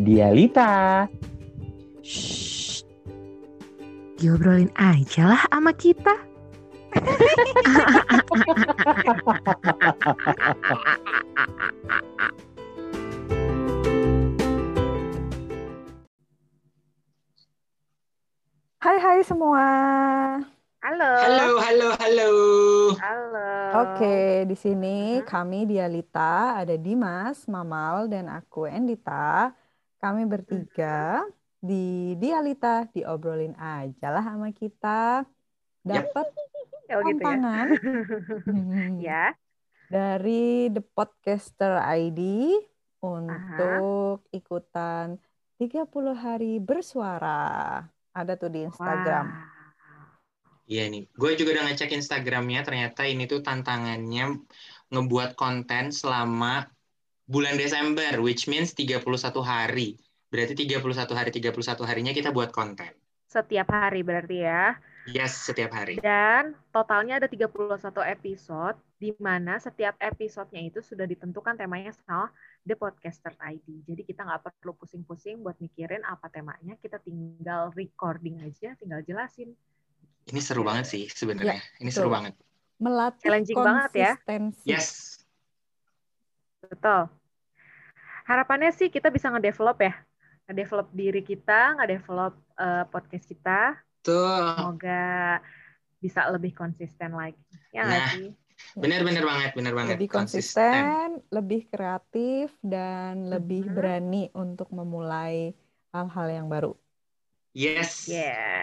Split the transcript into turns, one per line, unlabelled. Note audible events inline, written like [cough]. Dia Lita.
Shh. Diobrolin aja lah sama kita.
Hai hai semua.
Halo.
Halo, halo, halo.
Halo.
Oke, di sini
Mhm.
kami Dialita, ada Dimas, Mamal dan aku Endita. Kami
Mm-hmm.
bertiga di Dialita, diobrolin aja lah sama kita.
Yap.
Dapat
Oh Ya, gitu ya. [laughs]
tantangan Mm-hmm.
Ya.
dari The Podcaster ID untuk ikutan 30 hari bersuara. Ada tuh di Instagram.
Iya nih, gue juga udah ngecek Instagramnya. Ternyata ini tuh tantangannya ngebuat konten selama bulan Desember, which means 31 hari. Berarti 31 hari, 31 harinya kita buat konten.
Setiap hari berarti ya.
Yes, setiap hari.
Dan totalnya ada 31 episode di mana setiap episodenya itu sudah ditentukan temanya sama The Podcaster ID. Jadi kita nggak perlu pusing-pusing buat mikirin apa temanya, kita tinggal recording aja, tinggal jelasin.
Ini seru banget sih sebenarnya. ini seru
Iya. betul.
banget.
Melatih
Challenging banget ya.
konsistensi.
Yes,
Betul. Harapannya sih kita bisa ngedevelop ya. Ngedevelop diri kita, ngedevelop eh, podcast kita.
Iya.
tuh.
Semoga bisa lebih konsisten lagi. Ya nggak
Nah,
sih?
Bener-bener banget, bener banget.
lebih konsisten, lebih kreatif, dan lebih
Mhm.
berani untuk memulai hal-hal yang baru.
Yes.
Yes.